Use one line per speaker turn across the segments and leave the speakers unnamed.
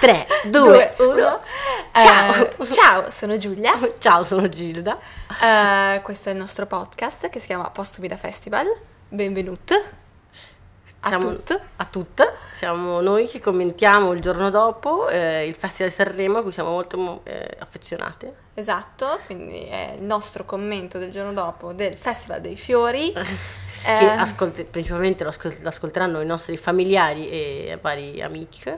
3, 2, 1.
Ciao, Eh, ciao, sono Giulia.
Ciao, sono Gilda.
Eh, questo è il nostro podcast che si chiama Postumi da Festival. Benvenuti a
Siamo-
tutti.
A tutte, siamo noi che commentiamo il giorno dopo eh, il Festival di Sanremo a cui siamo molto mo- eh, affezionate.
Esatto, quindi è il nostro commento del giorno dopo del Festival dei Fiori.
Che
Eh,
ascolt- principalmente lo, ascol- lo ascolteranno i nostri familiari e vari amici.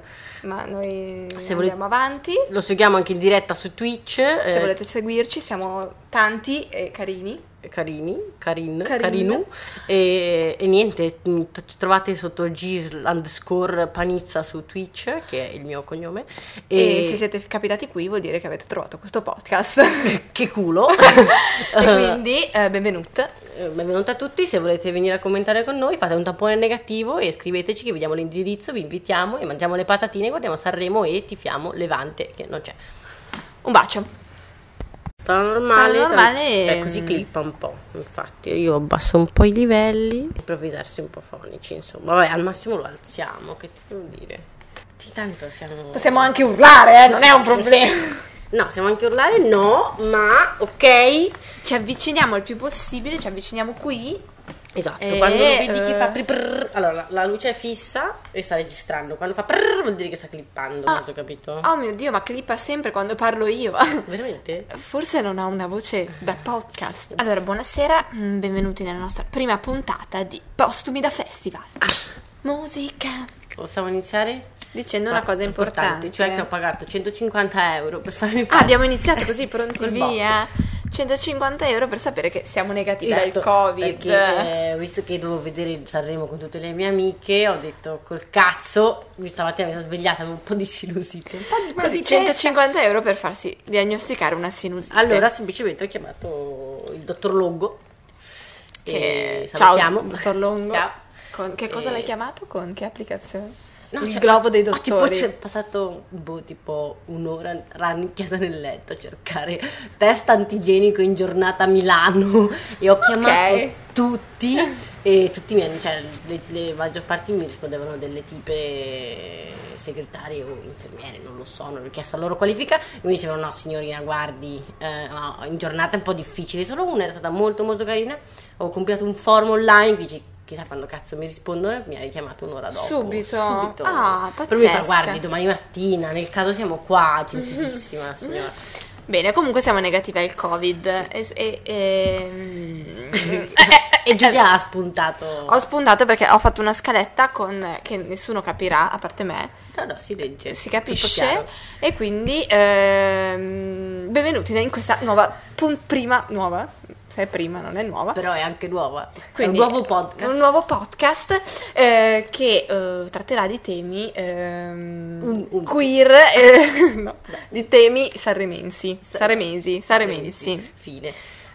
ma noi
Se volete-
andiamo avanti.
Lo seguiamo anche in diretta su Twitch. eh,
Se volete seguirci, siamo tanti e carini.
Carini, Carin,
Carin.
Carinu. E, e niente, mh, t- ci trovate sotto Gis underscore Panizza su Twitch, che è il mio cognome.
E... se siete capitati qui, vuol dire che avete trovato questo podcast. e
Che culo!
quindi, eh, benvenuti.
Eh, Benvenuti a tutti, se volete venire a commentare con noi fate un tampone negativo e scriveteci che vediamo l'indirizzo, vi invitiamo e mangiamo le patatine, guardiamo Sanremo e tifiamo Levante che non c'è.
Un bacio.
Paranormale,
Paranormale,
eh, così
mm.
clippa un po', infatti io abbasso un po' i livelli, improvvisarsi un po' fonici insomma, vabbè al massimo lo alziamo, che ti devo dire? Sì, tanto siamo...
Possiamo anche urlare, eh, non è un problema.
No, possiamo anche urlare, no, ma ok,
Ci avviciniamo il più possibile, ci avviciniamo qui.
Esatto,
E,
quando lo vedi che
eh,
fa pri- prrr, allora la- la luce è fissa e sta registrando, quando fa prrr vuol dire che sta clippando, non so, capito?
Oh mio Dio, ma clippa sempre quando parlo io.
Veramente?
Forse non ha una voce da podcast. Allora, buonasera, mm, benvenuti nella nostra prima puntata di Postumi da Festival. Ah, Musica.
Possiamo iniziare?
Dicendo una cosa importante.
cioè che ho pagato 150 euro per farmi
Ah,
fare-
abbiamo iniziato così pronti
Col
via. 150 euro per sapere che siamo negativi
Esatto,
dal Covid.
Perché, eh, visto che dovevo vedere Sanremo con tutte le mie amiche, ho detto col cazzo, mi stamattina mi sono svegliata, avevo un po' di sinusite. Un po' di mal di
Così
testa.
150 euro per farsi diagnosticare una sinusite.
Allora, semplicemente ho chiamato il dottor Longo.
che
e
ciao
salutiamo.
dottor Longo
Ciao.
Con- che cosa
E-
l'hai chiamato con che applicazione
No,
il
cioè,
globo dei
ho tipo-
dottori
ci è passato boh, tipo un'ora rannicchiata nel letto a cercare test antigenico in giornata a Milano e ho chiamato tutti e tutti i miei, cioè le, le maggior parte mi rispondevano delle tipe segretarie o infermiere, non lo so, non ho chiesto la loro qualifica e mi dicevano no signorina guardi, eh, no, in giornata è un po' difficile, solo una era stata molto molto carina, ho compilato un form online, dici chissà quando cazzo mi rispondono, mi ha richiamato un'ora dopo.
Subito?
Subito.
Ah,
Però mi fa,
pazzesca.
guardi domani mattina, nel caso siamo qua, gentilissima signora.
bene comunque siamo negativi al covid e, e- e- mm,
E Giulia ha spuntato...
ho spuntato perché ho fatto una scaletta con che nessuno capirà a parte me
No, no, si legge.
si
Eh, tutto
capisce
chiaro.
e quindi ehm, benvenuti in questa nuova pun- prima nuova se è prima non è nuova
Però è anche nuova. È un
Quindi,
nuovo podcast.
Un nuovo podcast eh, che eh, tratterà di temi ehm,
Un- un-
queer, eh, no, di temi sanremensi, saremesi, saremesi.
Fine.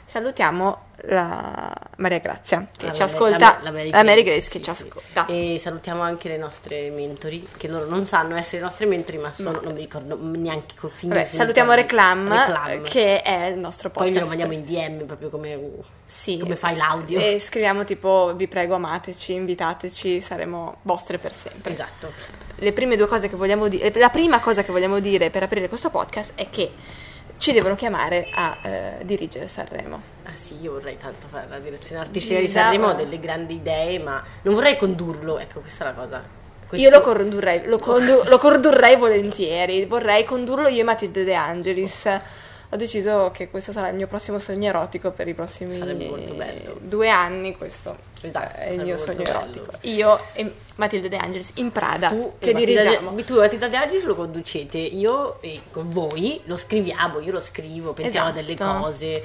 Salutiamo la Maria Grazia che
La
ci
Mary-
ascolta, la,
la Mary Grace,
Mary Grace che
sì,
ci
sì.
ascolta.
E salutiamo anche le nostre mentori, che loro non sanno essere i nostri mentori, ma sono, non mi ricordo neanche con fine.
Mm. Vabbè, salutiamo Reclam,
Reclam.
che è il nostro
Poi
podcast.
glielo mandiamo in DM proprio come,
Sì.
come fai l'audio.
E scriviamo tipo vi prego amateci, invitateci, saremo vostre per sempre.
Esatto.
le prime due cose che vogliamo dire, la prima cosa che vogliamo dire per aprire questo podcast è che ci devono chiamare a eh, dirigere Sanremo.
Ah sì, io vorrei tanto fare la direzione artistica di
Gilda,
Sanremo, ho
ma-
delle grandi idee, ma non vorrei condurlo, ecco, questa è la cosa. Questo-
Io lo condurrei, lo, condu- lo condurrei volentieri, vorrei condurlo io e Matilde De Angelis. Ho deciso che questo sarà il mio prossimo sogno erotico per i prossimi
Sarebbe molto bello.
due anni. Questo
Esatto,
è il
sarebbe
mio
molto
sogno
bello.
erotico. Io e Matilde De Angelis in Prada,
tu
che
e Matilda De-
dirigiamo.
tu e Matilda De Angelis lo conducete, io e con voi lo scriviamo, io lo scrivo, pensiamo a delle
Esatto.
cose,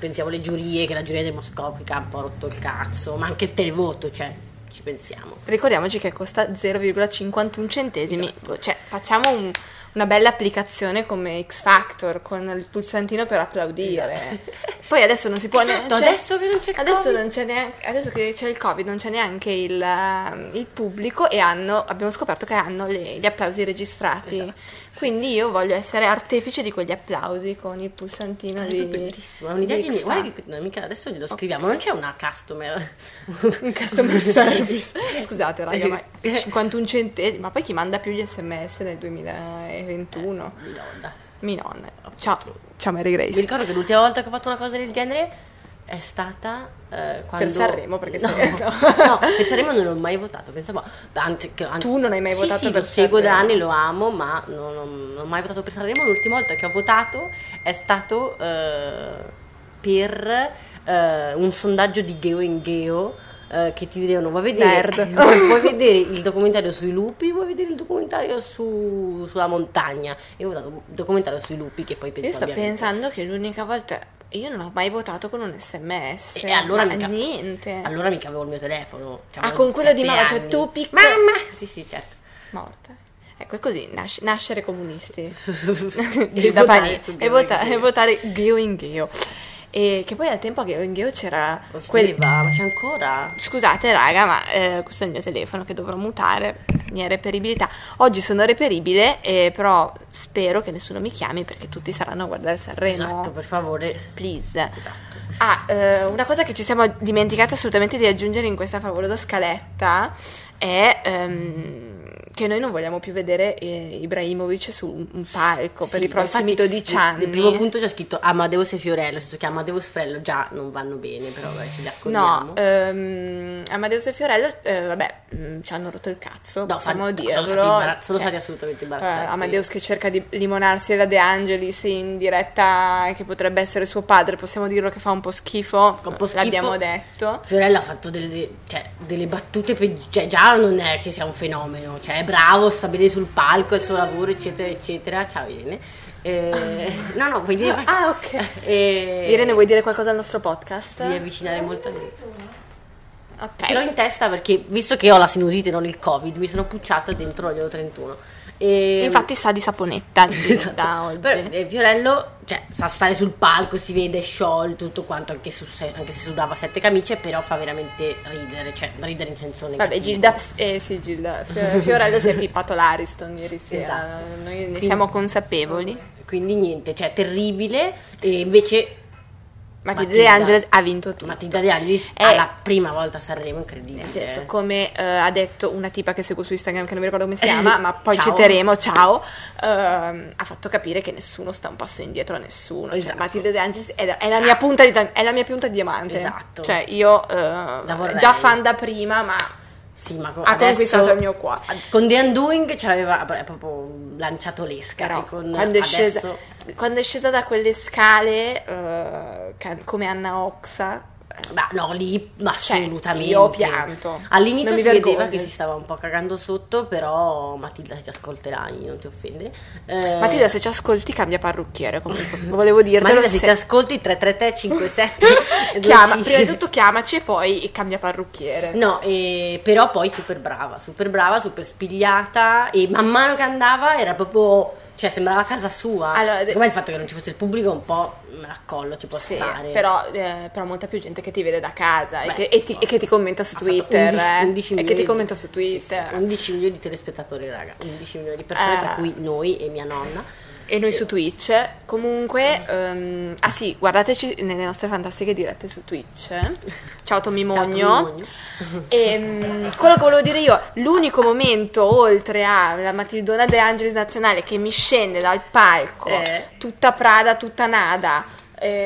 pensiamo alle giurie, che la giuria demoscopica ha un po' rotto il cazzo, ma anche il televoto, cioè, ci pensiamo.
Ricordiamoci che costa 0,51 centesimi,
Esatto.
cioè facciamo un- una bella applicazione come X Factor con il pulsantino per applaudire. Poi adesso non si può
Esatto,
neanche.
adesso che non c'è il
adesso
Covid.
non c'è neanche. Adesso che c'è il Covid, non c'è neanche il, ehm, il pubblico e hanno, abbiamo scoperto che hanno le- gli applausi registrati.
Esatto.
Quindi io voglio essere artefice di quegli applausi con il pulsantino di.
È bellissimo, è un'idea
di
geniale.
X
Guarda
Factor.
che no, mica adesso glielo scriviamo, non c'è una customer.
un customer service. Scusate, raga, ma
Eh.
51 centesimi. Ma poi chi manda più gli sms nel 2021?
Mi loda.
Mi nonna. Ciao, ciao Mary
Mi
Grace.
ricordo che l'ultima volta che ho fatto una cosa del genere è stata eh, quando...
Sanremo, perché
no,
se-
no. per Sanremo non ho mai votato, pensavo... anzi, che- anzi-
Tu non hai mai
sì,
votato
sì,
per
lo seguo da
Sanremo.
anni, lo amo, ma non, non- non ho mai votato per Sanremo. L'ultima volta che ho votato è stato eh, per eh, un sondaggio di Geo in Geo. eh, che ti vedevano, vuoi vedere,
Nerd.
vuoi vedere il documentario sui lupi, vuoi vedere il documentario su- sulla montagna? E ho votato il documentario sui lupi che poi
Io
penso
sto
abbia vinto.
pensando che l'unica volta. Io non ho mai votato con un sms.
E allora
ma
mica-
niente.
Allora mica avevo il mio telefono. Cioè,
Ah,
avevo
con quello di
sette
mamma, cioè
anni.
tu piccola-
Mamma! Sì, sì, certo.
Morta. Ecco, è così, nasce- nascere comunisti.
E
Da
votare
Pani-
su
e,
Geo
vota-
in Geo.
e votare Geo in Geo. E che poi al tempo a Geo in Geo c'era
Lo
quel,
scriveva, ma c'è ancora?
Scusate raga, ma eh, questo è il mio telefono che dovrò mutare, mia reperibilità. Oggi sono reperibile, eh, però spero che nessuno mi chiami perché tutti saranno a guardare Sanremo.
Esatto, per favore.
Please.
Esatto.
Ah, eh, una cosa che ci siamo dimenticati assolutamente di aggiungere in questa favolosa scaletta è ehm, che noi non vogliamo più vedere eh, Ibrahimovic su un- un palco per
Sì,
i prossimi
infatti,
12
nel-
anni.
Nel primo punto c'è scritto Amadeus e Fiorello, nel senso che Amadeus e Fiorello già non vanno bene, però vabbè, ce li accogliamo.
No, eh, ehm, Amadeus e Fiorello, eh, vabbè, mh, ci hanno rotto il cazzo,
No,
possiamo
fan-
dirlo.
sono stati imbara- sono
Cioè,
stati assolutamente imbarazzanti.
eh, Amadeus che cerca di limonarsi la De Angelis in diretta che potrebbe essere suo padre, possiamo dirlo che fa un po' schifo,
Un po' schifo.
l'abbiamo detto.
Fiorello ha fatto delle, cioè, delle battute peggiori, cioè già non è che sia un fenomeno, cioè è bravo, sta bene sul palco, il suo lavoro, eccetera, eccetera. Ciao Irene. Eh, no, no, vuoi dire...
Ah, ok.
Eh,
Irene, vuoi dire qualcosa al nostro podcast?
Devi avvicinare molto a me. Ce l'ho
Ok.
in testa perché, visto che ho la sinusite, non il covid, mi sono pucciata dentro l'olio 31. E-
Infatti sa di saponetta da oggi.
Però, eh, Fiorello cioè, sa stare sul palco, si vede è sciolto, tutto quanto, anche, su se, anche se sudava sette camicie, però fa veramente ridere, cioè ridere in senso negativo.
Vabbè, Gilda, eh sì, Gilda, Fi- Fiorello si è pippato l'Ariston ieri sera,
Esatto.
noi ne
Quindi-
siamo consapevoli.
Quindi niente, cioè terribile. E invece
Matilde
Matilda-
De Angelis ha vinto tutto.
Matilda De Angelis
Eh.
è la prima volta a Sanremo, incredibile.
Nel senso, come eh, ha detto una tipa che seguo su Instagram, che non mi ricordo come si chiama, ma poi
Ciao.
citeremo, ciao, ehm, ha fatto capire che nessuno sta un passo indietro a nessuno. Cioè,
Esatto.
Matilde De Angelis è, la- è la mia punta di, è la mia punta di diamante.
Esatto.
Cioè, io eh,
vorrei.
già fan da prima, ma
Sì, ma co-
ha
adesso-
conquistato il mio cuore.
Con The Undoing ci aveva vabbè, proprio lanciato l'esca.
Però
e con
quando, è scesa,
adesso- eh,
quando è scesa da quelle scale, eh, ca- come Anna Oxa,
Ma no, lì ma
Cioè,
assolutamente.
io ho pianto.
All'inizio
Non
si
mi
vedeva
vergogno.
che si stava un po' cagando sotto, però Matilda ci ascolterai, non ti offendere. Eh,
Matilda, se ci ascolti, cambia parrucchiere. Comunque, volevo dirtelo.
Matilda, se
se-
ci ascolti 333 57
Chiama, prima di tutto chiamaci e poi cambia parrucchiere.
No, eh, però poi super brava, super brava, super spigliata e man mano che andava era proprio, cioè sembrava casa sua.
Allora,
Secondo me il fatto che non ci fosse il pubblico un po' me la collo, ci può
Sì,
stare.
però, eh, però molta più gente che ti vede da casa
Beh,
e, che, e ti, e che ti commenta su
Ha fatto
Twitter.
11
eh,
11
e che ti
milioni-
commenta su
sì,
Twitter.
sì, 11 milioni di telespettatori, raga. 11 milioni di persone,
Eh.
tra cui noi e mia nonna.
E noi su Twitch. Comunque, ehm, ah sì, guardateci nelle nostre fantastiche dirette su Twitch. Ciao Tommy Mogno.
Ciao, Tommy Mogno.
Ehm, quello che volevo dire io, l'unico momento oltre alla Matildona De Angelis nazionale che mi scende dal palco,
Eh.
tutta Prada, tutta Nada,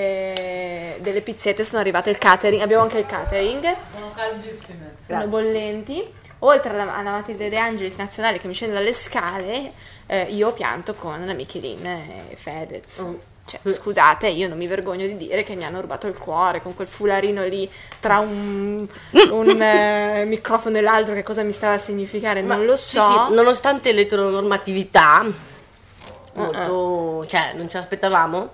eh, delle pizzette, sono arrivate il catering, abbiamo anche il catering, sono bollenti. Oltre alla, alla Matilde De Angelis nazionale che mi scende dalle scale, eh, io ho pianto con Michelin e Fedez.
Mm.
Cioè, scusate, io non mi vergogno di dire che mi hanno rubato il cuore con quel fularino lì tra un, un, eh, microfono e l'altro, che cosa mi stava a significare,
Ma
non lo
sì,
so.
sì, nonostante l'eteronormatività, molto, cioè, non ce l'aspettavamo.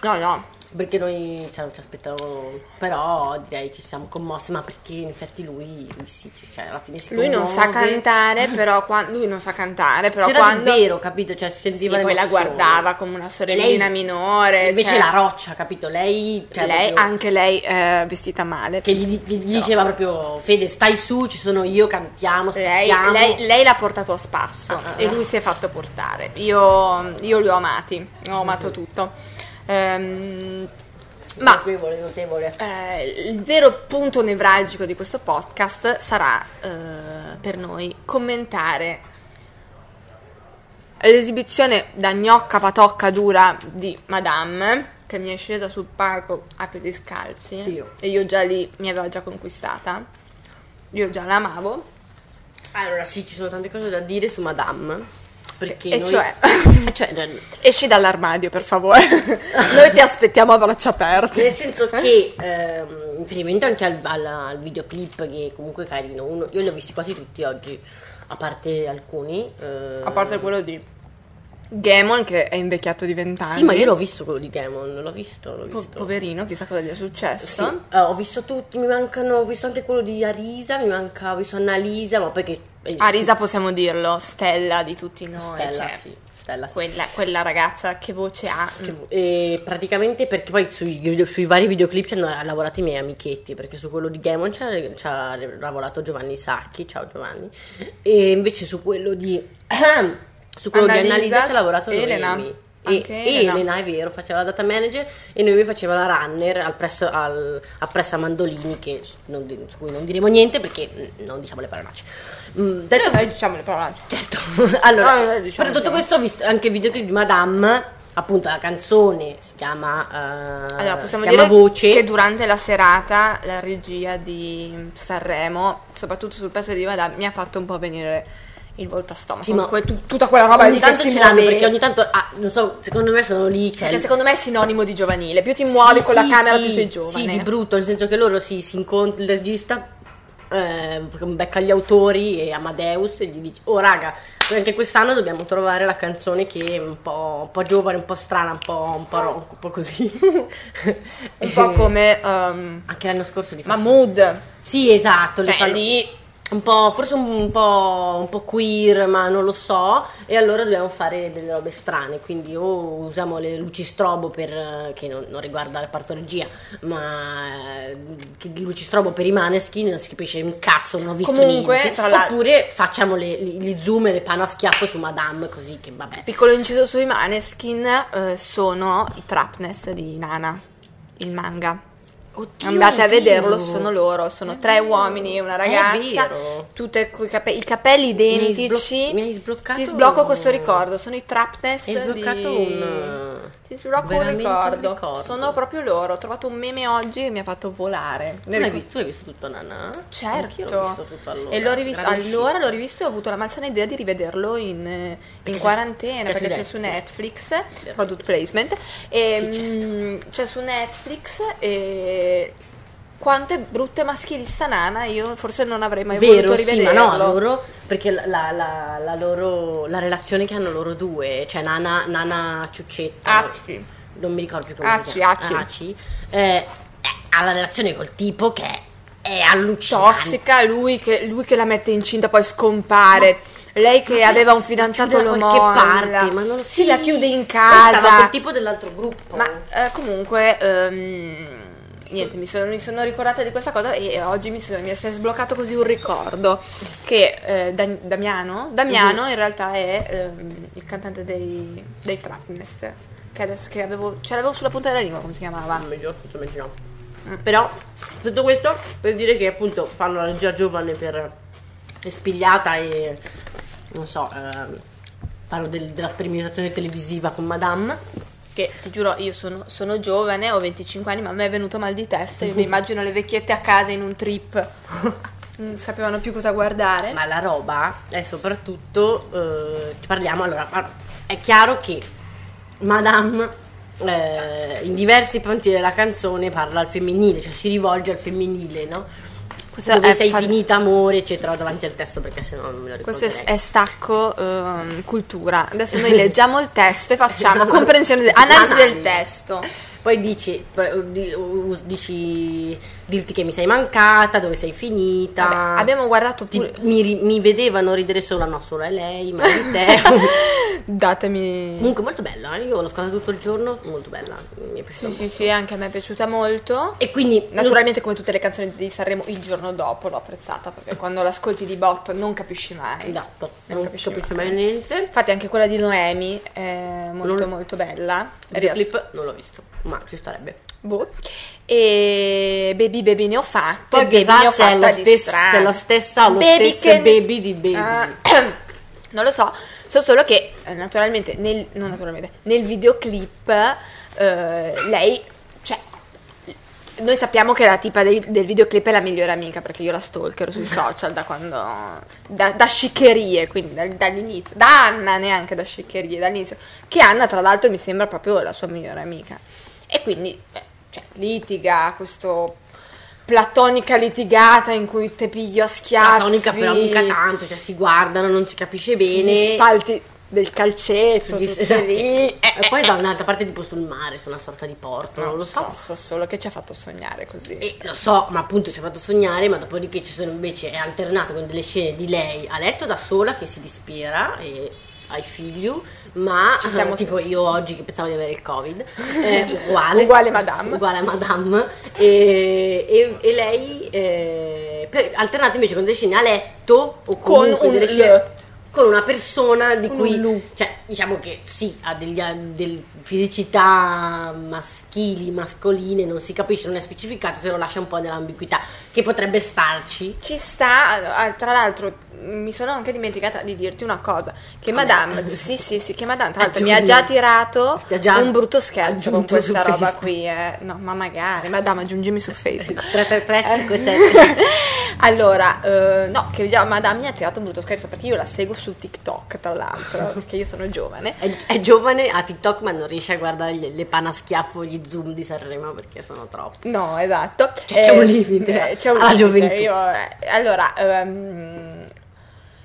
No, no.
perché noi cioè, non ci aspettavamo, però direi ci siamo commossi, ma perché in effetti lui, lui sì, cioè alla fine si
Lui non sa
commuove.
cantare, però qua- lui non sa cantare, però
C'era
quando
il vero, capito? Cioè si
Sì,
sentiva
poi la
l'emozione.
guardava come una
E
sorellina
lei-
minore,
Invece
cioè,
la roccia, capito? Lei, cioè,
lei
proprio-
anche lei eh, vestita male.
che gli, gli diceva proprio Fede, stai su, ci sono io, cantiamo,
Cioè, Lei,
spacchiamo".
lei- lei l'ha portato a spasso
Ah, ah,
e
ah.
lui si è fatto portare. Io, io li ho amati, ho
Mhm.
amato tutto. Ehm, ma
notevole, notevole.
eh, il vero punto nevralgico di questo podcast sarà eh, per noi commentare l'esibizione da gnocca patocca dura di Madame che mi è scesa sul palco a piedi scalzi
Sì.
e io già lì mi aveva già conquistata. Io già l'amavo.
Allora, sì, ci sono tante cose da dire su Madame. Perché
E
noi-
cioè?
E cioè, nel-
Esci dall'armadio, per favore. Noi ti aspettiamo a braccia aperte.
nel senso che ehm, in riferimento anche al, alla- al videoclip che comunque è carino, uno- io li ho visti quasi tutti oggi, a parte alcuni. eh,
A parte quello di Gamon che è invecchiato di 20 anni.
Sì, ma io l'ho visto quello di Gamon, l'ho visto, l'ho
Po-
visto.
poverino, chissà cosa gli è
Sì,
successo.
eh, ho visto tutti, mi mancano, ho visto anche quello di Arisa, mi manca, ho visto Annalisa, ma perché... eh,
Arisa possiamo dirlo, stella di tutti noi.
Stella,
cioè,
sì, Stella, sì.
Quella, quella ragazza che voce ha.
Che- e praticamente perché poi sui, video- sui vari videoclip ci hanno lavorato i miei amichetti perché su quello di Gamon ci ha, ci ha lavorato Giovanni Sacchi ciao Giovanni e invece su quello di su quello di
Annalisa,
Annalisa ci ha lavorato
Elena.
Noemi e,
Anche
e
Elena.
Elena. è vero faceva la data manager e Noemi faceva la runner al presso, al, a presso a Mandolini che su, non di- su cui non diremo niente perché mm, non diciamo le parolacce Mm, detto
Detto noi diciamo le parole.
Certo, allora,
No, no, diciamo
per tutto
sì.
questo ho visto anche il videoclip di Madame, appunto la canzone si chiama, eh,
Allora, possiamo
si chiama
dire
Voce,
che durante la serata la regia di Sanremo, soprattutto sul pezzo di Madame, mi ha fatto un po' venire il volto a stomaco.
Sì, ma
Que- tu- tutta quella roba
ogni
lì
tanto
che si
ce l'hanno
muove-
perché ogni tanto, ah, non so, secondo me sono lì, c'è
perché
il-
secondo me è sinonimo di giovanile. Più ti muovi
Sì,
con la
sì,
camera,
sì,
più sei giovane.
Sì, di brutto, nel senso che loro si, si incontrano, il regista eh, becca gli autori e Amadeus e gli dice, oh raga, anche quest'anno dobbiamo trovare la canzone che è un po', un po' giovane, un po' strana, un po', un po', rock, un po' così.
un po' come ehm,
Anche l'anno scorso di
Mahmood.
Sì, esatto, le
Cioè,
fanno-
lì-
un po', forse un po', un po' queer, ma non lo so. E allora dobbiamo fare delle robe strane. Quindi o usiamo le luci strobo per, eh, che non, non riguarda la partologia, ma eh, che di luci strobo per i maneskin non si capisce un cazzo, non ho visto
Comunque,
niente.
tra l'altro-
Oppure facciamo le- gli gli zoom e le pane a schiaffo su Madame, così che vabbè.
Piccolo inciso sui Maneskin eh, sono i Trapnest di Nana, il manga.
Oddio,
Andate
è
a vederlo,
vero.
sono loro, sono tre uomini e una
È
ragazza,
vero.
tutte coi cape- i capelli
hai
identici.
sbloc- mi hai sbloccato-
Ti sblocco questo ricordo, sono i Trapnest
Hai sbloccato
di...
un-
Ti sblocco un
veramente un
ricordo.
ricordo.
Sono proprio loro, ho trovato un meme oggi che mi ha fatto volare.
Tu l'hai, visto, tu l'hai visto tutto, Nana?
Certo.
Anch'io l'ho visto tutto allora.
E l'ho rivisto,
Grande uscita.
allora l'ho rivisto e ho avuto la malsana idea di rivederlo in, eh, in
c'è-
quarantena
perché
perché c'è
c'è
su Netflix, product placement, e, mm,
certo.
c'è su Netflix e quante brutte maschilista nana, io forse non avrei mai
Vero,
voluto
sì,
rivederlo.
ma no, loro, perché la, la- la- la loro, la relazione che hanno loro due, cioè Nana, Nana Ciuccetta,
Acci.
non mi ricordo più come
Ah. Aci,
si chiama,
Aci.
eh, eh, ha la relazione col tipo che è allucinante,
Tossica, lui che, lui che la mette incinta poi scompare. Lei che aveva un fidanzato
Chiude da
l'uomo.
qualche parte, ma non lo
Si
sì,
la chiude in
poi Stava
casa.
col tipo dell'altro gruppo.
Ma eh, comunque, ehm, niente, mi sono, mi sono ricordata di questa cosa e oggi mi, sono- mi si è sbloccato così un ricordo che eh, Dan- Damiano, Damiano
Mhm.
in realtà è ehm, il cantante dei, dei Trapness, che adesso che avevo, ce l'avevo sulla punta della lingua come si chiamava.
Ah, meglio, assolutamente no. Però tutto questo per dire che appunto fanno la regia giovane per è spigliata e non so, ehm, fanno del- della sperimentazione televisiva con Madame.
Che ti giuro, io sono, sono giovane, ho 25 anni, ma a me è venuto mal di testa. Io mi immagino le vecchiette a casa in un trip, non sapevano più cosa guardare.
Ma la roba è soprattutto, eh, ci parliamo, allora, ma- è chiaro che Madame eh, in diversi punti della canzone parla al femminile, cioè si rivolge al femminile, no?
Questa
Dove
è
sei
par-
finita amore, eccetera, davanti al testo perché sennò non me lo ricordo.
Questo è, è stacco Esatto. ehm, cultura. Adesso noi leggiamo il testo e facciamo comprensione, de- analisi del testo.
Poi dici, di- dici dirti che mi sei mancata, dove sei finita.
Vabbè, abbiamo guardato
Ti-
pure...
mi, ri- mi vedevano ridere solo, no, solo è lei, ma di te.
Datemi...
Comunque molto bella, eh, io l'ho scantata tutto il giorno, molto bella, mi è piaciuta
Sì, sì,
molto.
sì, anche a me è piaciuta molto.
E quindi
Naturalmente come tutte le canzoni di Sanremo il giorno dopo l'ho apprezzata perché quando l'ascolti di botto non capisci mai.
Esatto,
Non
non
Eh, capisci
capisco più
mai.
mai niente.
Infatti anche quella di Noemi è molto
Non-
molto bella.
Il clip non l'ho visto, ma ci starebbe.
Boh. E baby baby ne ho fatte.
Poi
baby
chissà
ne ho
se è
fatta
la
di
stessa-
strana.
se è la stessa o lo stesso baby di baby.
Ah, non lo so, so solo che eh, naturalmente nel, non naturalmente, nel videoclip eh, lei cioè noi sappiamo che la tipa dei- del videoclip è la migliore amica perché io la stalkero sui social da quando da, da sciccherie quindi dal- dall'inizio da Anna neanche da sciccherie dall'inizio che Anna tra l'altro mi sembra proprio la sua migliore amica e quindi eh, cioè, litiga questo platonica litigata in cui te piglio a schiaffi
La tonica però mica tanto, cioè si guardano, non si capisce bene.
gli spalti del calcetto
Sugli-
tutti
esatto.
lì. Eh,
E poi da un'altra parte tipo sul mare, su una sorta di porto, non lo so.
so solo che ci ha fatto sognare così
E lo so, ma appunto ci ha fatto sognare, ma dopodiché ci sono invece è alternato con delle scene di lei a letto da sola che si dispera e ai figli, ma eh,
Ci siamo
tipo
senza-
io oggi che pensavo di avere il covid, eh, uguale,
Uguale madame.
uguale a madame, e, e- e lei eh, per- alternata invece con delle scene a letto o
Con
comunque
un
delle
l-
scene con una persona di
Con
cui
un lu.
cioè diciamo che sì ha degli, ha del- fisicità maschili mascoline non si capisce non è specificato se lo lascia un po' nell'ambiguità che potrebbe starci
ci sta ah, tra l'altro mm, mi sono anche dimenticata di dirti una cosa
Ah,
che madame sì sì sì che madame tra l'altro mi ha già
Aggiungi.
tirato
Eh, Ti ha già
un brutto scherzo con
aggiunto su
questa roba
Facebook.
qui eh. no ma magari madame aggiungimi su facebook Eh.
33357
Allora, eh, no, che già Madame mi ha tirato un brutto scherzo perché io la seguo su TikTok, tra l'altro, perché io sono giovane.
è, è giovane a TikTok ma non riesce a guardare le, le panaschiaffo gli zoom di Sanremo perché sono troppi
No, esatto.
Cioè, c'è un limite
eh, c'è un
alla
limite.
gioventù.
Io, eh, allora, ehm,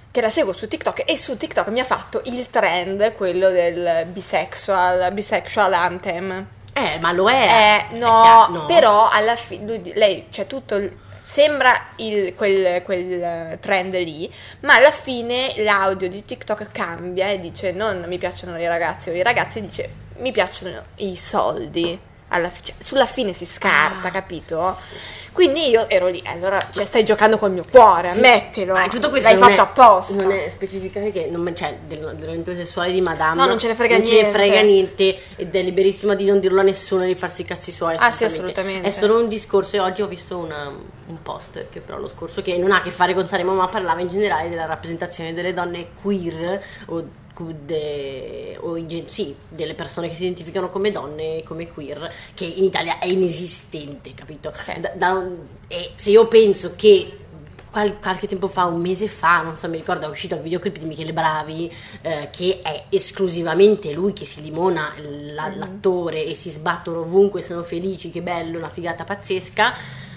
che la seguo su TikTok e su TikTok mi ha fatto il trend, quello del bisexual, bisexual anthem.
eh ma lo è
Eh,
È
no,
chiaro- no.
però alla fine lei, cioè tutto il- sembra il- quel, quel, eh, trend lì, ma alla fine l'audio di TikTok cambia e dice non mi piacciono i ragazzi o i ragazzi dice mi piacciono i soldi. Alla fi- cioè, sulla fine si scarta,
Ah.
capito? Quindi io ero lì, allora cioè, stai giocando col mio cuore,
Sì.
ammettilo.
Ma tutto questo
L'hai
non
fatto
è-
apposta.
Non è specificare che non, cioè, del- dell'orientamento sessuale di Madame.
No, non ce ne frega
non
niente.
ce ne frega niente ed è liberissima di non dirlo a nessuno e di farsi i cazzi suoi.
Ah, sì, assolutamente.
È solo un discorso. E oggi ho visto una- un post che però lo scorso che non ha a che fare con Sanremo, ma parlava in generale della rappresentazione delle donne queer o cu- de- o in gen- sì, delle persone che si identificano come donne e come queer che in Italia è inesistente capito
Ok.
Da- da- e se io penso che qual- qualche tempo fa, un mese fa, non so, mi ricordo, è uscito il videoclip di Michele Bravi, eh, che è esclusivamente lui che si limona la- l'attore e si sbattono ovunque, sono felici, che bello, una figata pazzesca.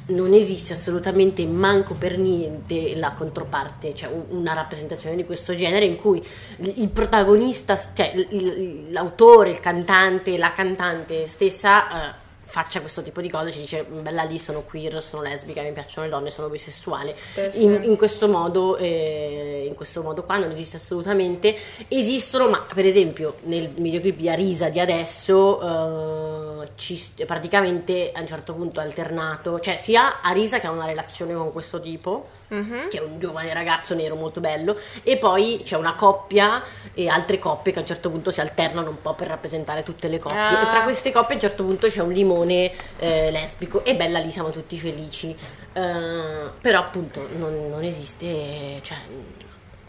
Non esiste assolutamente manco per niente la controparte, cioè un- una rappresentazione di questo genere in cui il il protagonista, cioè il- il- l'autore, il cantante, la cantante stessa eh, faccia questo tipo di cose, ci dice bella lì sono queer, sono lesbica, mi piacciono le donne, sono bisessuale.
Certo,
In, in questo modo, eh, in questo modo qua non esiste assolutamente. Esistono, ma per esempio nel videoclip di Arisa di adesso eh, ci st- praticamente a un certo punto è alternato, cioè sia Arisa che ha una relazione con questo tipo,
Mhm.
che è un giovane ragazzo nero molto bello, e poi c'è una coppia e altre coppie che a un certo punto si alternano un po' per rappresentare tutte le coppie.
Ah.
E fra queste coppie a un certo punto c'è un limone eh, lesbico e bella lì siamo tutti felici. Eh, però appunto non, non esiste, cioè,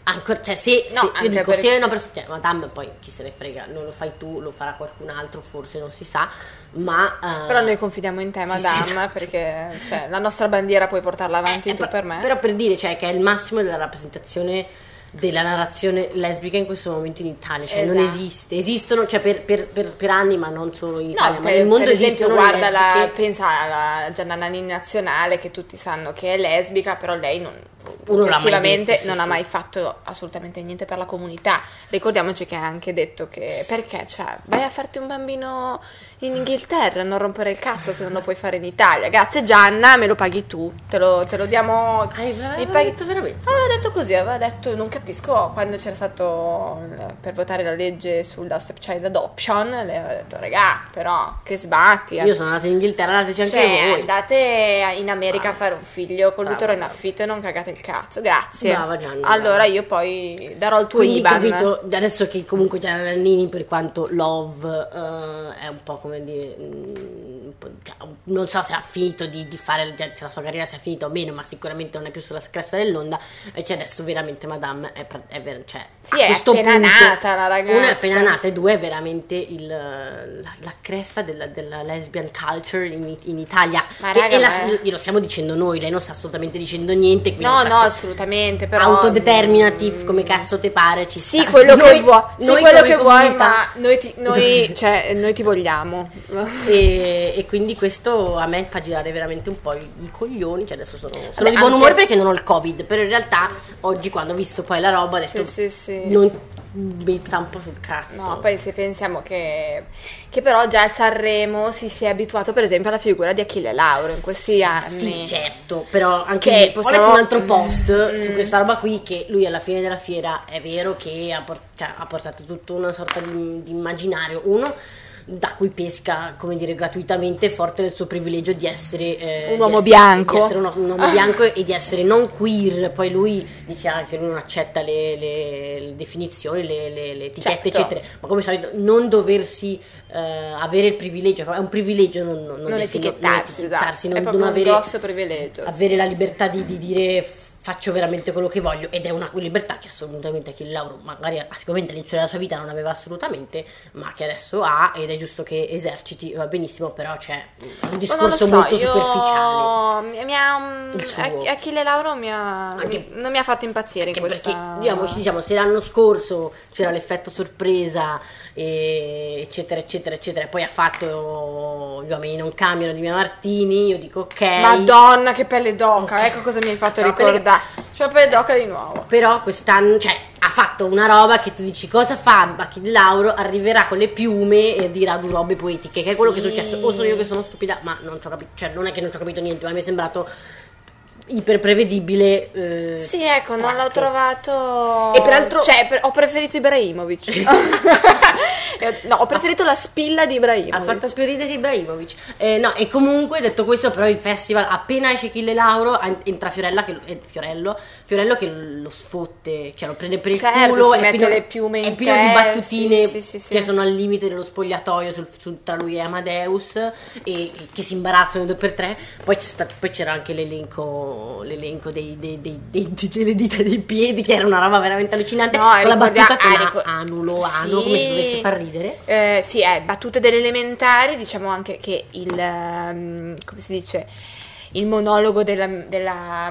ancora, cioè se,
No,
se- io
anche
dico,
perché-
se è una persona, cioè, madame poi chi se ne frega, non lo fai tu, lo farà qualcun altro, forse non si sa, ma... eh,
Però noi confidiamo in te,
Sì, sì,
madame,
esatto.
perché cioè, la nostra bandiera puoi portarla avanti
Eh,
tu
però-
per me.
Però per dire, cioè, che è il massimo della rappresentazione della narrazione lesbica in questo momento in Italia, cioè non
Esatto.
esiste. Esistono, cioè per, per- per- per anni, ma non solo in
No,
Italia, ma
per,
nel mondo
per esempio
esistono le
guarda, la,
lesbiche.
pensa alla Giannanani nazionale che tutti sanno che è lesbica, però lei non,
uno l'ha mai
effettivamente
detto, sì,
non ha
sì.
mai fatto assolutamente niente per la comunità. Ricordiamoci che ha anche detto che perché, cioè, vai a farti un bambino in Inghilterra, non rompere il cazzo se non lo puoi fare in Italia. Grazie Gianna, me lo paghi tu, te lo, te lo diamo.
Hai
mi
veramente
paghi-
detto veramente?
Aveva detto così, aveva detto non capisco quando c'era stato il- per votare la legge sulla stepchild adoption, le aveva detto regà, però che sbatti. eh."
Io sono andata in Inghilterra, andateci anche
Cioè,
voi.
andate in America a fare un figlio con
Brava,
l'utero in
brava.
affitto e non cagate il cazzo, grazie.
Brava, Gianni,
allora
brava.
io poi darò il tuo
Quindi
IBAN.
capito, adesso che comunque Gianna Nannini per quanto love eh, è un po' come dire, mm, un po', cioè, non so se ha finito di, di fare, cioè, se la sua carriera sia finita o meno, ma sicuramente non è più sulla cresta dell'onda, e cioè adesso veramente Madame è, pra- è ver- cioè,
Sì, è appena nata la ragazza.
Una è appena nata e due è veramente il, la, la cresta della, della lesbian culture in, in Italia.
Ma
Che-
raga,
e la-
ma è-
glielo stiamo dicendo noi, lei non sta assolutamente dicendo niente, quindi
No,
non sta-
no, assolutamente, però
esatto. autodeterminative
Mm,
come cazzo te pare ci
Sì,
sta.
quello che
Noi-
vuoi, sì,
noi
quello
come
che vuoi,
comunità.
ma noi ti, noi, cioè, noi ti vogliamo.
E, e quindi questo a me fa girare veramente un po' i, i coglioni. Cioè adesso sono, sono di buon
anche-
umore perché non ho il covid. Però in realtà oggi quando ho visto poi la roba ho detto
Sì, sì, sì.
non mi sta un po' sul cazzo.
No, poi se pensiamo che, che però già a Sanremo si, si è abituato per esempio alla figura di Achille Lauro in questi anni.
Sì, certo, però anche
Che
lì,
possiamo-
ho letto un altro post
Mm.
su questa roba qui che lui alla fine della fiera è vero che ha, por- cioè, ha portato tutta una sorta di, di immaginario, uno da cui pesca, come dire, gratuitamente forte del suo privilegio di essere eh,
Un
di
uomo
essere-
bianco.
di essere un, un uomo bianco e di essere non queer, poi lui dice anche che lui non accetta le, le- le definizioni, le, le- le etichette,
Certo.
eccetera, ma come al solito non doversi eh, avere il privilegio, però è un privilegio non, non,
Non,
non defini- non
etichettarsi, esatto.
etichettarsi,
è
non,
proprio
non avere
un grosso privilegio.
avere la libertà di, di dire f- faccio veramente quello che voglio ed è una libertà che assolutamente Achille Lauro magari ha- sicuramente all'inizio della sua vita non aveva assolutamente ma che adesso ha ed è giusto che eserciti va benissimo però c'è un
Ma non lo
discorso
so,
molto
io-
superficiale
mi- mi ha, mm,
Il suo.
Ach- Achille Lauro mi ha,
Anche-
non mi ha fatto impazzire
anche
in questa...
perché diciamo, ci diciamo se l'anno scorso c'era l'effetto sorpresa e- eccetera eccetera eccetera e poi ha fatto gli uomini non cambiano di Mia Martini io dico ok
Madonna, che pelle d'oca, ecco cosa mi hai fatto
C'ho la pelle-
ricordare. C'ho la pelle d'oca di nuovo.
Però quest'anno, cioè, ha fatto una roba che tu dici cosa fa Achille Lauro? Arriverà con le piume e dirà due robe poetiche, che è quello che è
Sì.
successo. O sono io che sono stupida, ma non ci ho capito, cioè, non è che non ci ho capito niente, ma mi è sembrato iperprevedibile. eh,
Sì, ecco, non l'ho
quanto.
trovato...
E peraltro-
Cioè, per- ho preferito Ibrahimovic. E ho- no, ho preferito la spilla di
Ha
Ibrahimovic.
fatto più ridere Ibrahimovic. Eh, no, e comunque detto questo, però il festival appena esce Achille Lauro, an- entra Fiorella che, eh, Fiorello, Fiorello che lo sfotte, cioè lo prende per il
Certo,
culo,
si
è
mette
pieno,
le piume in
è pieno di
testa,
battutine
sì, sì, sì.
che sono al limite dello spogliatoio sul- su- tra lui e Amadeus e che si imbarazzano due per tre. Poi, c'è sta- poi c'era anche l'elenco, l'elenco dei, dei- dei- dei- dei- delle dita dei piedi, che era una roba veramente allucinante.
No,
con la
ricordia-
battuta con
ah,
la
ricor-
anulo, anulo,
Sì.
come se dovesse far ridere.
Eh, sì, eh, battute delle elementari, diciamo anche che il, ehm, come si dice, il monologo della, della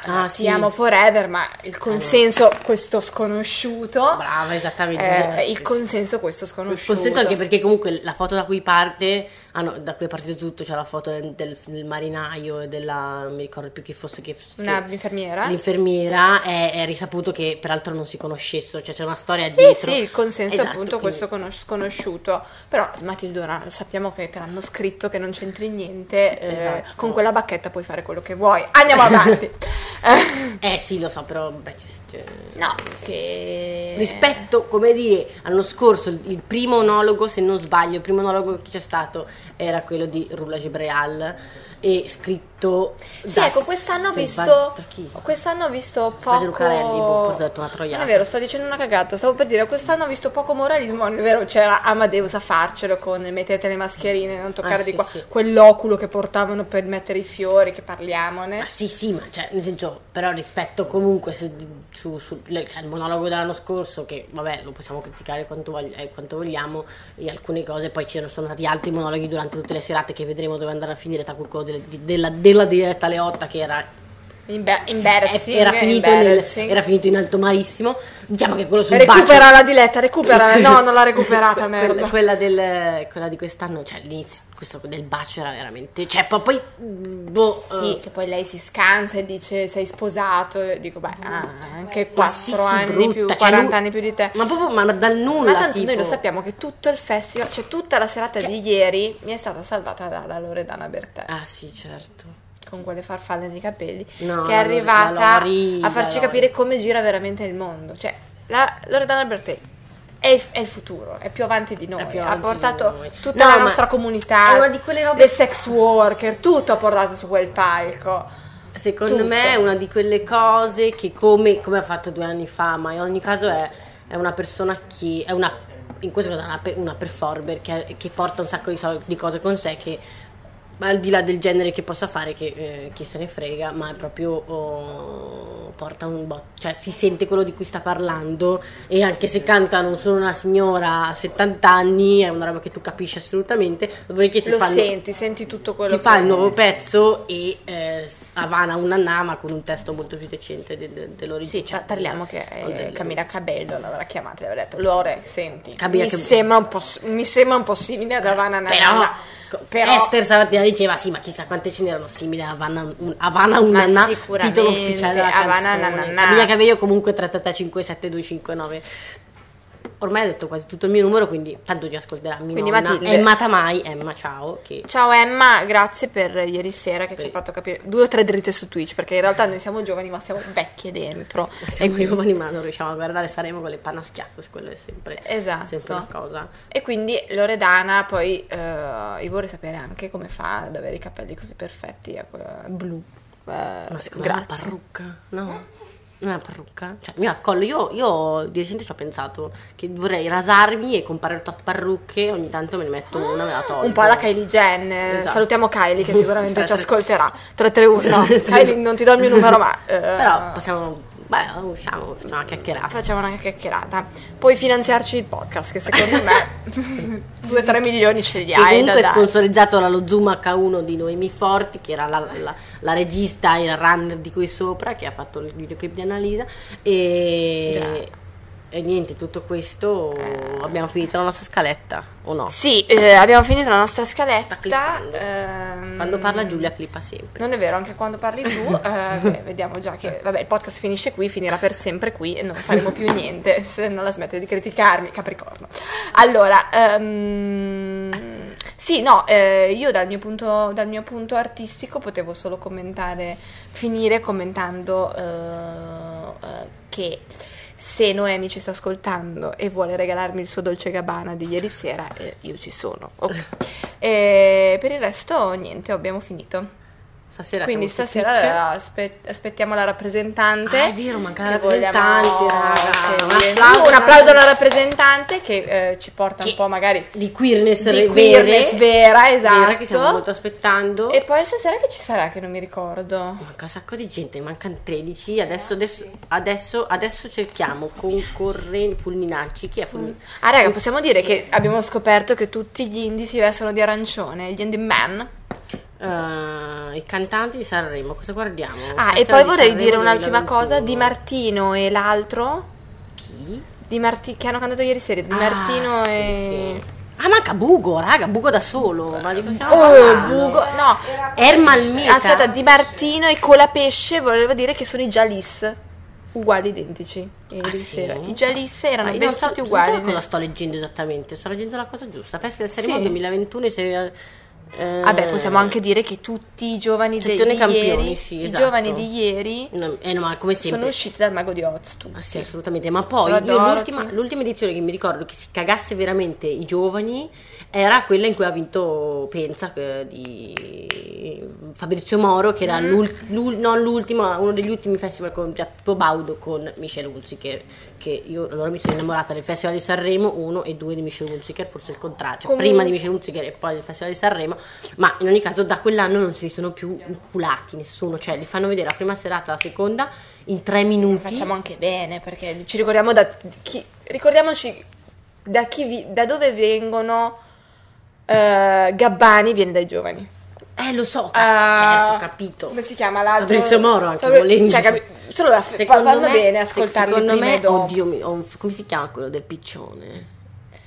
Ah,
eh,
sì. Ah.
si ama Forever, ma il consenso, questo sconosciuto,
Brava, esattamente.
eh,
Sì,
il
sì.
consenso, questo
Il
sconosciuto.
consenso anche perché comunque la foto da cui parte, ah no, da cui è partito tutto, c'è la foto del, del- del marinaio e della, non mi ricordo più chi fosse, che,
Una
che-
infermiera?
l'infermiera, è, è risaputo che peraltro non si conoscessero, cioè c'è una storia
Sì,
dietro.
sì, il consenso
Esatto,
appunto
quindi-
questo conos- sconosciuto, però Matildona sappiamo che te l'hanno scritto che non c'entri niente, eh,
Esatto.
con quella bacchetta puoi fare quello che vuoi, andiamo avanti. Eh,
Eh sì, lo so, però... beh, c'è- c'è-
no,
sì,
che...
Rispetto, come dire, all'anno scorso il- il primo monologo, se non sbaglio, il primo monologo che c'è stato era quello di Rulla Gibreal e scritto
Sì,
da
ecco, quest'anno ho visto.
Salvat- chi?
Quest'anno ho visto
Salvatore
poco.
Lucarelli, boh, forse ho detto una troiata.
Non è vero, sto dicendo una cagata. Stavo per dire, quest'anno ho visto poco moralismo. Non è vero, c'era Amadeus a farcelo con mettete le mascherine, non toccare
Ah,
di
sì,
qua.
sì.
Quell'oculo che portavano per mettere i fiori, che parliamone.
Ma sì, sì, ma cioè, nel senso, però rispetto comunque su, su- su- le- cioè, il monologo dell'anno scorso, che vabbè, lo possiamo criticare quanto, vogli- eh, quanto vogliamo, e alcune cose, poi ci sono- sono stati altri monologhi durante tutte le serate che vedremo dove andare a finire, tra cui quello delle- di- della, della diretta alle 8 che era
Imbe- embarrassing,
era, finito nel,
embarrassing.
era finito in alto marissimo. Diciamo che quello sul bacio.
Recupera la diletta, recupera. no, non l'ha
quella,
recuperata, merda.
Quella, del, quella di quest'anno, cioè l'inizio, questo del bacio era veramente. Cioè, poi. poi, Boh,
Sì,
eh,
che poi lei si scansa e dice sei sposato. Io dico, beh, ah, anche
ma Mm. eh, sì,
4
sì,
anni
brutta,
più,
cioè,
40
lui-
anni più di te.
Ma proprio ma dal nulla.
Ma tanto
tipo.
noi lo sappiamo che tutto il festival, cioè tutta la serata di ieri mi è stata salvata dalla Loredana Bertè
Ah, sì, certo.
con quelle farfalle nei capelli
No,
che è
la Lore- la
arrivata
Lori,
a farci
la Lori.
capire come gira veramente il mondo. Cioè, la Loredana Bertè è il, è il futuro, è più avanti di noi,
È più
ha
avanti
portato
di noi.
tutta
No,
la
ma
nostra comunità,
è una di quelle robe-
le sex worker, tutto ha portato su quel palco.
Secondo
Tutto.
me è una di quelle cose che come, come ha fatto due anni fa, ma in ogni caso è, è una persona che è una, in questo caso è una, pe- una performer che, che porta un sacco di, sol- di cose con sé che al di là del genere che possa fare, che eh, chi se ne frega, ma è proprio oh, porta un botto, cioè si sente quello di cui sta parlando e anche se canta non sono una signora a 70 anni, è una roba che tu capisci assolutamente, dopodiché ti
Lo
fanno
senti, senti tutto quello
ti fa
che
il nuovo pezzo e eh, Havana una nama con un testo molto più decente de- de-
Sì,
dell'origine.
pa- parliamo che eh,
o del-
Camilla Cabello l'avrà chiamata e avrà detto Lore, senti,
Camilla
mi,
Cabello."
sembra un po', s- mi sembra un po' simile ad Havana
Però,
Nanana,
co-
però
Esther stamattina diceva sì, ma chissà quante ce n'erano simili a Havana, un, Havana una
Ma
Nana",
sicuramente,
titolo ufficiale della
Havana
canzone.
una Nana.
Camilla Cabello comunque 3357259. Ormai ho detto quasi tutto il mio numero, quindi tanto ti ascolterà mia
Quindi
nonna.
Matilde.
Emma Tamai, Emma ciao, che
Ciao Emma, grazie per ieri sera che ci
Sì.
hai fatto capire due o tre dritte su Twitch, perché in realtà noi siamo giovani ma siamo vecchie dentro.
siamo giovani ma non riusciamo a guardare Saremo con le panna a schiaffo, su quello è sempre,
Esatto.
sempre una cosa.
E quindi Loredana poi, eh, io vorrei sapere anche come fa ad avere i capelli così perfetti, eh, que- blu. Eh,
Ma secondo me è una
grazie. Eh?
parrucca, no? Non è una parrucca? Cioè, mi raccollo, io, io di recente ci ho pensato che vorrei rasarmi e comprare tot parrucche, ogni tanto me ne metto una e me la tolgo.
Ah, Un po' alla Kylie Jenner.
Esatto.
Salutiamo Kylie che sicuramente ci
Tre, tre.
ascolterà. 331. No, Kylie non ti do il mio numero, ma eh,
Però possiamo, beh, usciamo, facciamo una chiacchierata.
facciamo una chiacchierata. Puoi finanziarci il podcast che secondo me 2-3 milioni ce li
Che
hai da
comunque è
dare.
sponsorizzato dallo Zoom H1 di Noemi Forti, che era la, la- la regista e il runner di qui sopra, che ha fatto il videoclip di Annalisa. E, e niente, tutto questo abbiamo finito la nostra scaletta, o no?
Eh. Sì, eh, abbiamo finito la nostra
Sta
scaletta.
clippando.
ehm,
Quando parla Giulia clipa sempre.
Non è vero, anche quando parli tu, eh, beh, vediamo già che vabbè, il podcast finisce qui, finirà per sempre qui e non faremo più niente se non la smette di criticarmi, Capricorno. Allora, ehm, sì, no, eh, io dal mio, punto, dal mio punto artistico potevo solo commentare, finire commentando eh, eh, che se Noemi ci sta ascoltando e vuole regalarmi il suo dolce gabbana di ieri sera, eh, io ci sono. ok. E per il resto, niente, abbiamo finito.
Stasera
Quindi
siamo su
stasera aspe- aspettiamo la rappresentante.
Ah, è vero, manca la
Che vogliamo-
rappresentante, raga.
che
Un
viene-
applauso.
un applauso alla rappresentante che eh, ci porta
Che-
un po' magari
Twitch. di queerness,
di
re-
queerness
vere,
vera,
vera, che stiamo molto
esatto.
aspettando.
E poi stasera che ci sarà che non mi ricordo.
Manca un sacco di gente, mancano 13.
Eh,
Adesso, adesso, adesso, adesso cerchiamo concorrenti Fulminacci. Chi è Fulminacci?
Ah raga, possiamo dire che abbiamo scoperto che tutti gli indie si vestono di arancione, gli indie man.
Eh, I cantanti di Sanremo. Cosa guardiamo?
Ah,
Stasera
e poi
di
vorrei
Sanremo
dire un'ultima
2021.
cosa, Di Martino e l'altro
Chi?
Di Marti- che hanno cantato ieri sera, Di
Ah,
Martino
sì,
e
sì. Ah, manca Bugo, raga. Bugo da solo. Ma di cosa stiamo
Oh,
parlando?
Bugo, no, Cioè,
Ermal Meta.
Aspetta, Di Martino e Colapesce volevo dire che sono i Jalis uguali identici ieri
Ah, sì?
sera. I Jalis
Ma
erano
io non so-
vestiti
non so
uguali.
cosa sto leggendo esattamente, sto leggendo la cosa giusta. Festa del Sanremo
Sì.
2021 e se- eh,
Vabbè, possiamo anche dire che tutti i giovani de-
Sezione
di
campioni,
ieri,
sì,
i
esatto.
giovani di ieri
No, eh no, ma come sempre.
sono usciti dal mago di Oz tutti.
Ah, sì, assolutamente. Ma poi
Sono
io
Dorothy.
l'ultima, l'ultima edizione che mi ricordo che si cagasse veramente i giovani era quella in cui ha vinto Pensa che- di Fabrizio Moro, che
Mm.
era l'ul- l'ul- non l'ultimo, ma uno degli ultimi festival con Pippo Baudo con Michel Hunziker. Che io allora mi sono innamorata del Festival di Sanremo 1 e 2 di Michel Hunziker, forse il contrario, cioè
Comunque-
prima di Michel Hunziker e poi del Festival di Sanremo. Ma in ogni caso, da quell'anno non se li sono più inculati nessuno, cioè li fanno vedere la prima serata, la seconda in tre minuti.
Facciamo anche bene perché ci ricordiamo da chi ricordiamoci da chi vi- da dove vengono eh, Gabbani viene dai giovani.
Eh, lo so,
Ah,
certo, capito.
Come si chiama l'altro?
Fabrizio Moro, anche,
Fabri-
volendo.
Cioè, capi- solo la f-
Secondo
vanno
me-
bene
se-
ascoltarli
Secondo
prima
me,
e dopo.
oddio, mi- ho un- come si chiama quello del piccione?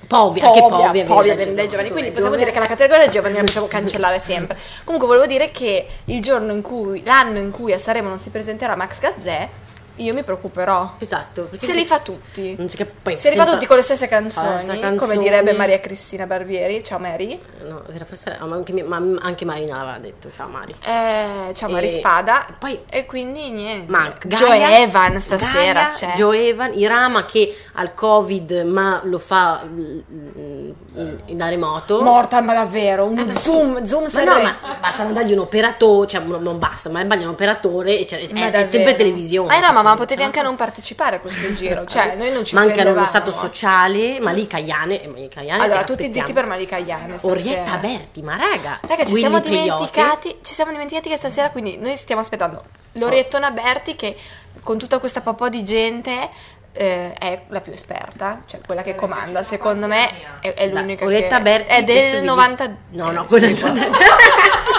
Povia, che
Povia,
povia,
Povia,
Villa
Vendetta Giovanni.
Giovanni.
Quindi
Dove-
possiamo dire che la categoria Giovanni la possiamo cancellare sempre. Comunque volevo dire che il giorno in cui, l'anno in cui a Saremo non si presenterà Max Gazzè, io mi preoccuperò.
Esatto, perché
Se li fa tutti.
Non si cap- poi
Se li fa
sembra-
tutti con le stesse canzoni,
Falsa
come
canzone.
direbbe Maria Cristina Barbieri, ciao Mary,
No, era forse ah, ma anche, mi- ma anche Marina l'aveva detto, ciao Mari.
eh, ciao Mary
E
Spada,
poi-
e quindi niente.
Ma Gaia-
Joe Evan stasera
Gaia,
c'è.
Joe Evan, Irama che al Covid ma lo fa mm, mm, in- da remoto.
Morta, ma davvero, un
beh, Ah, sì.
zoom, zoom
Eh, Ma no,
Sanremo.
ma basta mandargli un operatore, cioè non non basta, ma mandargli un operatore e cioè,
Ma
è, è
davvero.
sempre televisione.
Eh no, ma,
cioè,
ma potevi
no.
anche non partecipare a questo giro. Cioè, noi non ci
Mancano
prendevamo. eh.
lo stato sociale, ma lì Caiane, eh, ma lì Caiane
Allora,
che
tutti zitti
aspettiamo.
per Malika Iane stasera.
Orietta Berti, ma raga,
Raga, ci
Willy
siamo
Peyote.
dimenticati. Ci siamo dimenticati che stasera, quindi noi stiamo aspettando l'oriettona Berti che con tutta questa popò di gente eh, è la più esperta, cioè quella che comanda. Secondo me è, è l'unica
Orietta
che
Berti
è
adesso vi
del
dico-
90
No, no,
eh,
quella
sì,
non è-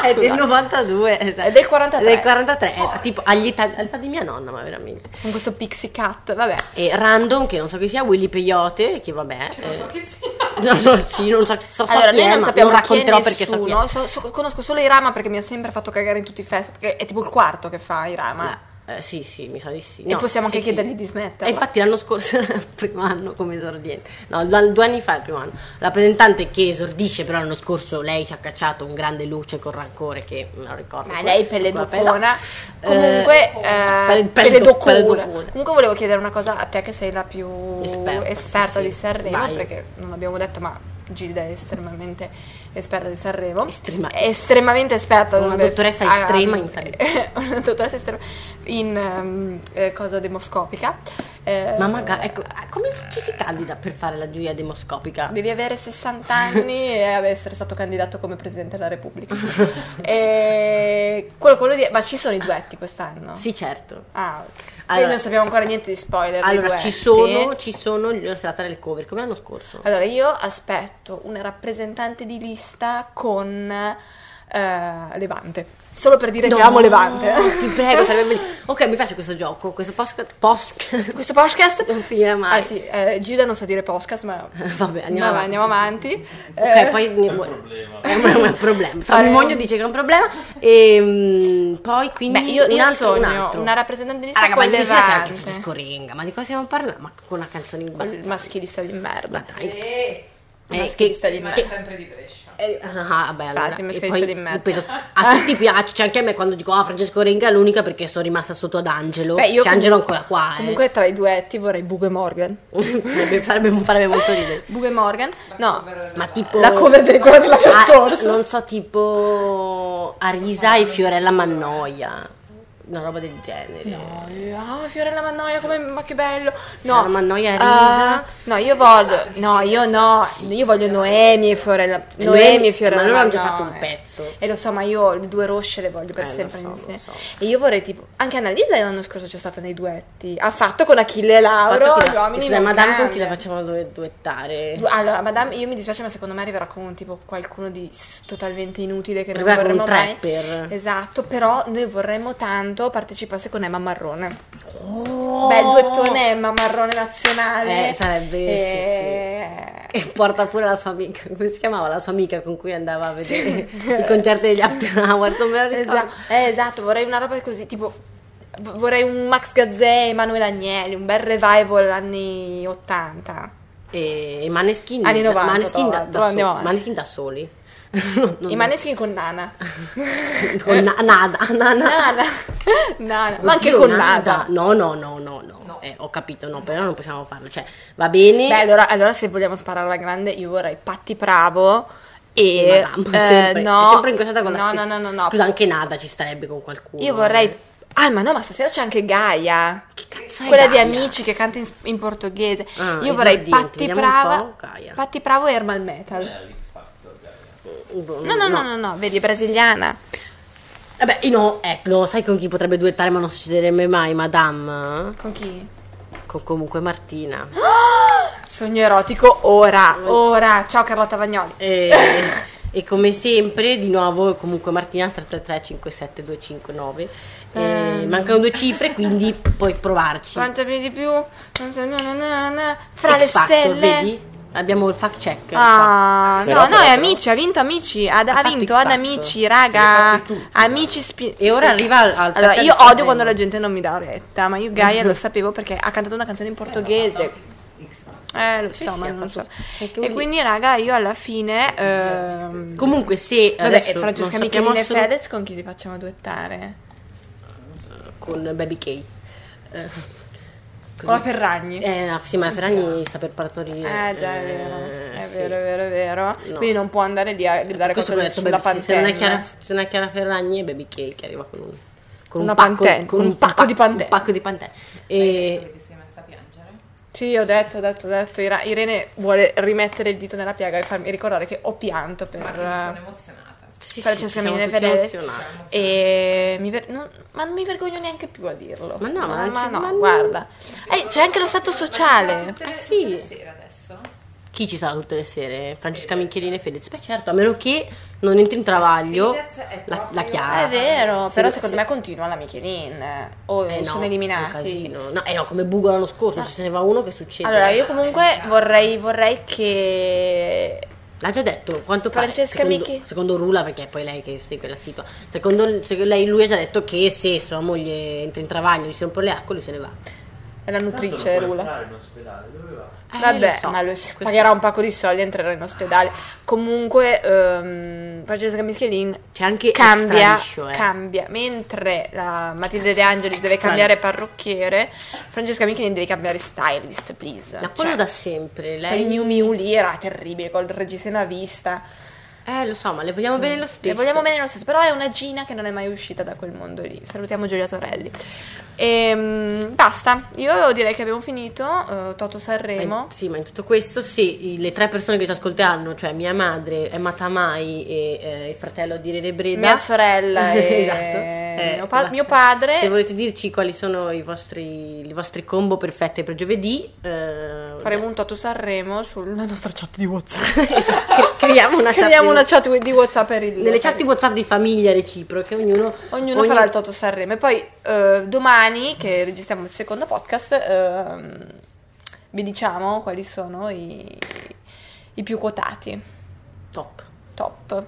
è del 92. esatto.
È del 43.
Del 43, è tipo agli italiani, fa di mia nonna, ma veramente.
con questo pixie cut, vabbè.
E Random, che non so chi sia, Willy Peyote, che vabbè. Che non so chi sia. No, no, sì, non so, so, so
allora,
chi
noi
è,
non
ma
sappiamo
non
chi è
racconterò perché so chi è.
nessuno. So- so- conosco solo Irama perché mi ha sempre fatto cagare in tutti i festival. Perché è tipo il quarto che fa Irama.
Eh, sì, sì, mi sa di sì.
e
No,
possiamo
sì,
anche
sì.
chiedergli di
E
smetterla.
infatti l'anno scorso, il primo anno come esordiente, no, due due anni fa il primo anno, la presentante che esordisce però l'anno scorso lei ci ha cacciato un grande luce con rancore che me lo ricordo.
Ma
quel-
lei pelle
quella-
d'ocona.
Eh,
Comunque,
pelle-
eh,
pelle
pelle
d'oc- pelle
d'ocona.
d'ocona.
Comunque volevo chiedere una cosa a te che sei la più
Esperta,
esperta,
sì,
di
sì.
Sanremo,
Vai.
perché non abbiamo detto, ma Gilda è estremamente esperta di Sanremo.
Estrema-
È estremamente esperta.
Una
dove-
dottoressa
ah,
estrema in
una dottoressa estrema in ehm, eh, cosa demoscopica. Eh,
Ma magari, ecco, come si- ci si candida per fare la giuria demoscopica?
Devi avere 60 anni e essere stato candidato come presidente della Repubblica. E quello, quello di- Ma ci sono i duetti quest'anno?
Sì, certo.
Ah, ok.
Allora-
Noi non sappiamo ancora niente di spoiler. dei
Allora, ci
duetti.
sono, ci sono la serata del cover, come l'anno scorso.
Allora, io aspetto una rappresentante di lista con eh, Levante. Solo per dire che
No,
amo Levante.
Ti prego, sarebbe bellissimo. Ok, mi piace questo gioco, questo post... post-
Questo podcast.
non finirà mai.
Ah sì, eh, Gilda non sa dire podcast, ma
Vabbè, andiamo
ma-
avanti.
andiamo avanti.
Ok,
Eh,
poi
È un problema.
È un, è un problema.
Fare-
Famigogno dice che è un problema. E mm, poi quindi
Beh, io,
un
io
altro, un
sogno
altro.
una rappresentante di
Ah, raga,
lista
ma
con
ieri sera c'era anche
Levante.
Francesco Renga. Ma di cosa stiamo parlando? Ma con una canzone in guardia.
Quel maschilista di merda.
Eh,
Eh,
maschilista di
ma
merda.
sempre di Brescia.
Eh, ah, vabbè, allora,
Infatti, mi
e
scherzo
poi,
di me.
ripeto, a tutti piace, cioè anche a me quando dico ah Francesco Renga è l'unica perché sono rimasta sotto ad Angelo.
Beh,
Beh,
io
cioè, Angelo
comunque-
ancora qua. eh.
Comunque tra i duetti vorrei Bugo e Morgan.
sarebbe, sarebbe, farebbe molto ridere.
Bugo e Morgan? No,
Ma tipo
la cover di quella dell'anno
Oh. Ah,
scorso.
Non so, tipo Arisa e Fiorella Mannoia, una roba del genere.
Ah, Fiorella Mannoia, come, ma che bello! No,
Fiorella Mannoia e Risa.
Ah, no, io voglio, no, io no, io voglio Noemi e Fiorella,
E
Noemi
Noemi-
e Fiorella
ma loro hanno già
Mannoia.
fatto un pezzo.
E lo so, ma io le due rosce le voglio per
Eh, lo
sempre
so, lo
insieme.
so.
E io vorrei tipo, anche Annalisa l'anno scorso c'è stata nei duetti, ha fatto con Achille e
Fatto
Lauro,
che
gli
la-
uomini
scusa,
non
Madame con chi la
cambiano.
facciamo due- duettare?
Du- Allora, Madame, io mi dispiace, ma secondo me arriverà con un tipo qualcuno di s- totalmente inutile che non
Arriverà con
vorremmo
un
mai.
trapper.
Esatto, però noi vorremmo tanto partecipasse con Emma Marrone.
Oh!
Bel duettone Emma Marrone nazionale. Eh,
Eh, sarebbe,
E-
E porta pure la sua amica, come si chiamava la sua amica con cui andava a vedere i concerti degli After Hours, non me lo ricordo.
Esa- eh, esatto, vorrei una roba così, tipo v- vorrei un Max Gazzè e Emanuele Agnelli, un bel revival anni 80.
E, e Maneskin,
Anni 90,
Maneskin da,
tra l'altro,
da, soli-
andiamo avanti.
Maneskin da soli. Non-
I Maneskin con Nana.
con na- nada, nana.
Nana. Nana. eh. Ma anche
Oddio,
con Nada.
No, no, no, no, no. Eh, ho capito, no, però non possiamo farlo. Cioè, va bene.
Beh, allora, allora se vogliamo sparare alla grande, io vorrei Patti Bravo e...
E Madame,
eh,
sempre,
no,
sempre incrociata con
no,
la stessa.
No, no, no, no.
Scusa, anche Nada ci starebbe con qualcuno.
Io vorrei... Ah, ma no, ma stasera c'è anche Gaia.
Che cazzo è
Quella
Gaia?
di Amici che canta in, in portoghese.
Ah,
Io vorrei
esordienti,
Patti
vediamo un
Brava.
po', Gaia.
Patti Bravo e Ermal Metal.
Eh, l'X Factor, dai.
Boh,
No, no, no, no, no, vedi, è brasiliana.
Vabbè, io no, ecco, no, sai con chi potrebbe duettare ma non succederebbe mai, Madame?
Con chi?
Con comunque Martina. Eh,
Sogno erotico ora, ora. Ciao Carlotta Vagnoli.
E, E come sempre, di nuovo, comunque Martina 333-57259. E
Ehm.
mancano due cifre, quindi puoi provarci.
Quanto più di più? Non so, na, na, na, na. Fra le
X Factor,
stelle.
vedi? Abbiamo il fact check. qua.
Ah,
Però,
no, no,
però,
è
però.
amici, ha vinto amici, ha, ha
fatto
vinto
X
ad
Factor.
amici,
Sì,
raga,
l'ha fatti tutti,
amici spi-
E ora arriva al- al
Allora,
Festival
io
di
odio
Sanremo.
quando la gente non mi dà retta, ma io Gaia lo sapevo perché ha cantato una canzone in portoghese. Eh, lo so,
sì,
ma
ha
non so.
fatto-
E
anche lui-
quindi, raga, io alla fine ehm,
Comunque, se
Vabbè,
adesso
Francesca
non sappiamo
Michelin e
solo-
Fedez con chi li facciamo duettare?
con Baby K. Eh,
Con la Ferragni.
Eh, no, sì, ma Ferragni sta per partorire.
Eh già, è vero,
Eh,
è
sì.
vero, è vero, è vero.
No.
Quindi non può andare lì a gridare
Questo
qualcosa
che ho detto,
sulla
Baby- se non è
pantella.
Chiara, se non è Chiara Ferragni è Baby K che arriva con un, con
Una
un pacco,
Pantene, con un pacco di Pantene.
Un pacco di Pantene. E...
Perché sei messa a piangere?
Sì, ho detto, ho detto, ho detto. Ira- Irene vuole rimettere il dito nella piaga e farmi ricordare che ho pianto per... eh,
Ma che mi sono emozionata.
Sì,
Francesca
ci siamo
Milene
tutti
Fedez.
emozionati.
E mi ver- non- ma non mi vergogno neanche più a dirlo.
Ma no, ma non
ma
c'è-
no,
ma no.
guarda. Eh, c'è anche lo stato sociale.
Tutte le-
Ah, sì?
tutte le sere adesso?
Chi ci sarà tutte le sere? Francesca Michelini e Fedez? Beh certo, a meno che non entri in travaglio
Fedez è
la, la
proprio-
Chiara.
Ah, È vero,
Ah, Sì,
però
sì.
secondo me continua la Michelin. O
Eh no,
sono
che
eliminati.
casino. No, eh no, come Bugo l'anno scorso, se se ne va uno che succede.
Allora, io
Eh,
comunque vorrei, vorrei che.
L'ha già detto, quanto pare.
Francesca
secondo,
Michi.
Secondo Rula, perché è poi lei che segue la situa. Secondo se- lei, lui ha già detto che se sua moglie entra in travaglio, gli si rompono le acque, lui se ne va.
È la nutrice, Rula.
entrare in ospedale, dove va?
Eh,
Vabbè,
lo so.
ma lui si
Questo-
pagherà un pacco di soldi e entrerà in ospedale. Comunque, ehm, Francesca Michelin
C'è anche
cambia,
Extraliscio, eh.
cambia. Mentre la Matilde De Angelis deve
Extra
cambiare parrucchiere, Francesca Michelin deve cambiare stylist, please.
Ma quello
Cioè,
da sempre. Lei...
quel New Miu lì era terribile, col reggiseno a vista.
Eh, lo so, ma le vogliamo bene lo stesso.
Mm. Le vogliamo bene lo stesso, però è una Gina che non è mai uscita da quel mondo lì. Salutiamo Giulia Torelli. Ehm, basta, io direi che abbiamo finito. eh, Toto
Ma in-
Sanremo.
sì, ma in tutto questo, sì, i- le tre persone che ci ascolteranno, cioè mia madre, Emma Tamai e eh, il fratello di Rene Breda.
Mia sorella e
Esatto. Eh,
mio, pa-
basta.
mio padre.
Se volete dirci quali sono i vostri, i vostri combo perfette per giovedì, eh,
Faremo un Toto Sanremo sulla nostra chat di WhatsApp.
cre- creiamo una chat.
Creiamo una chat di WhatsApp per il.
Nelle chat di WhatsApp di famiglia reciproche, ognuno,
Ognuno
ogni-
farà il Toto Sanremo. E poi eh, domani, che registriamo il secondo podcast, ehm, vi diciamo quali sono i, i più quotati.
top.
Top.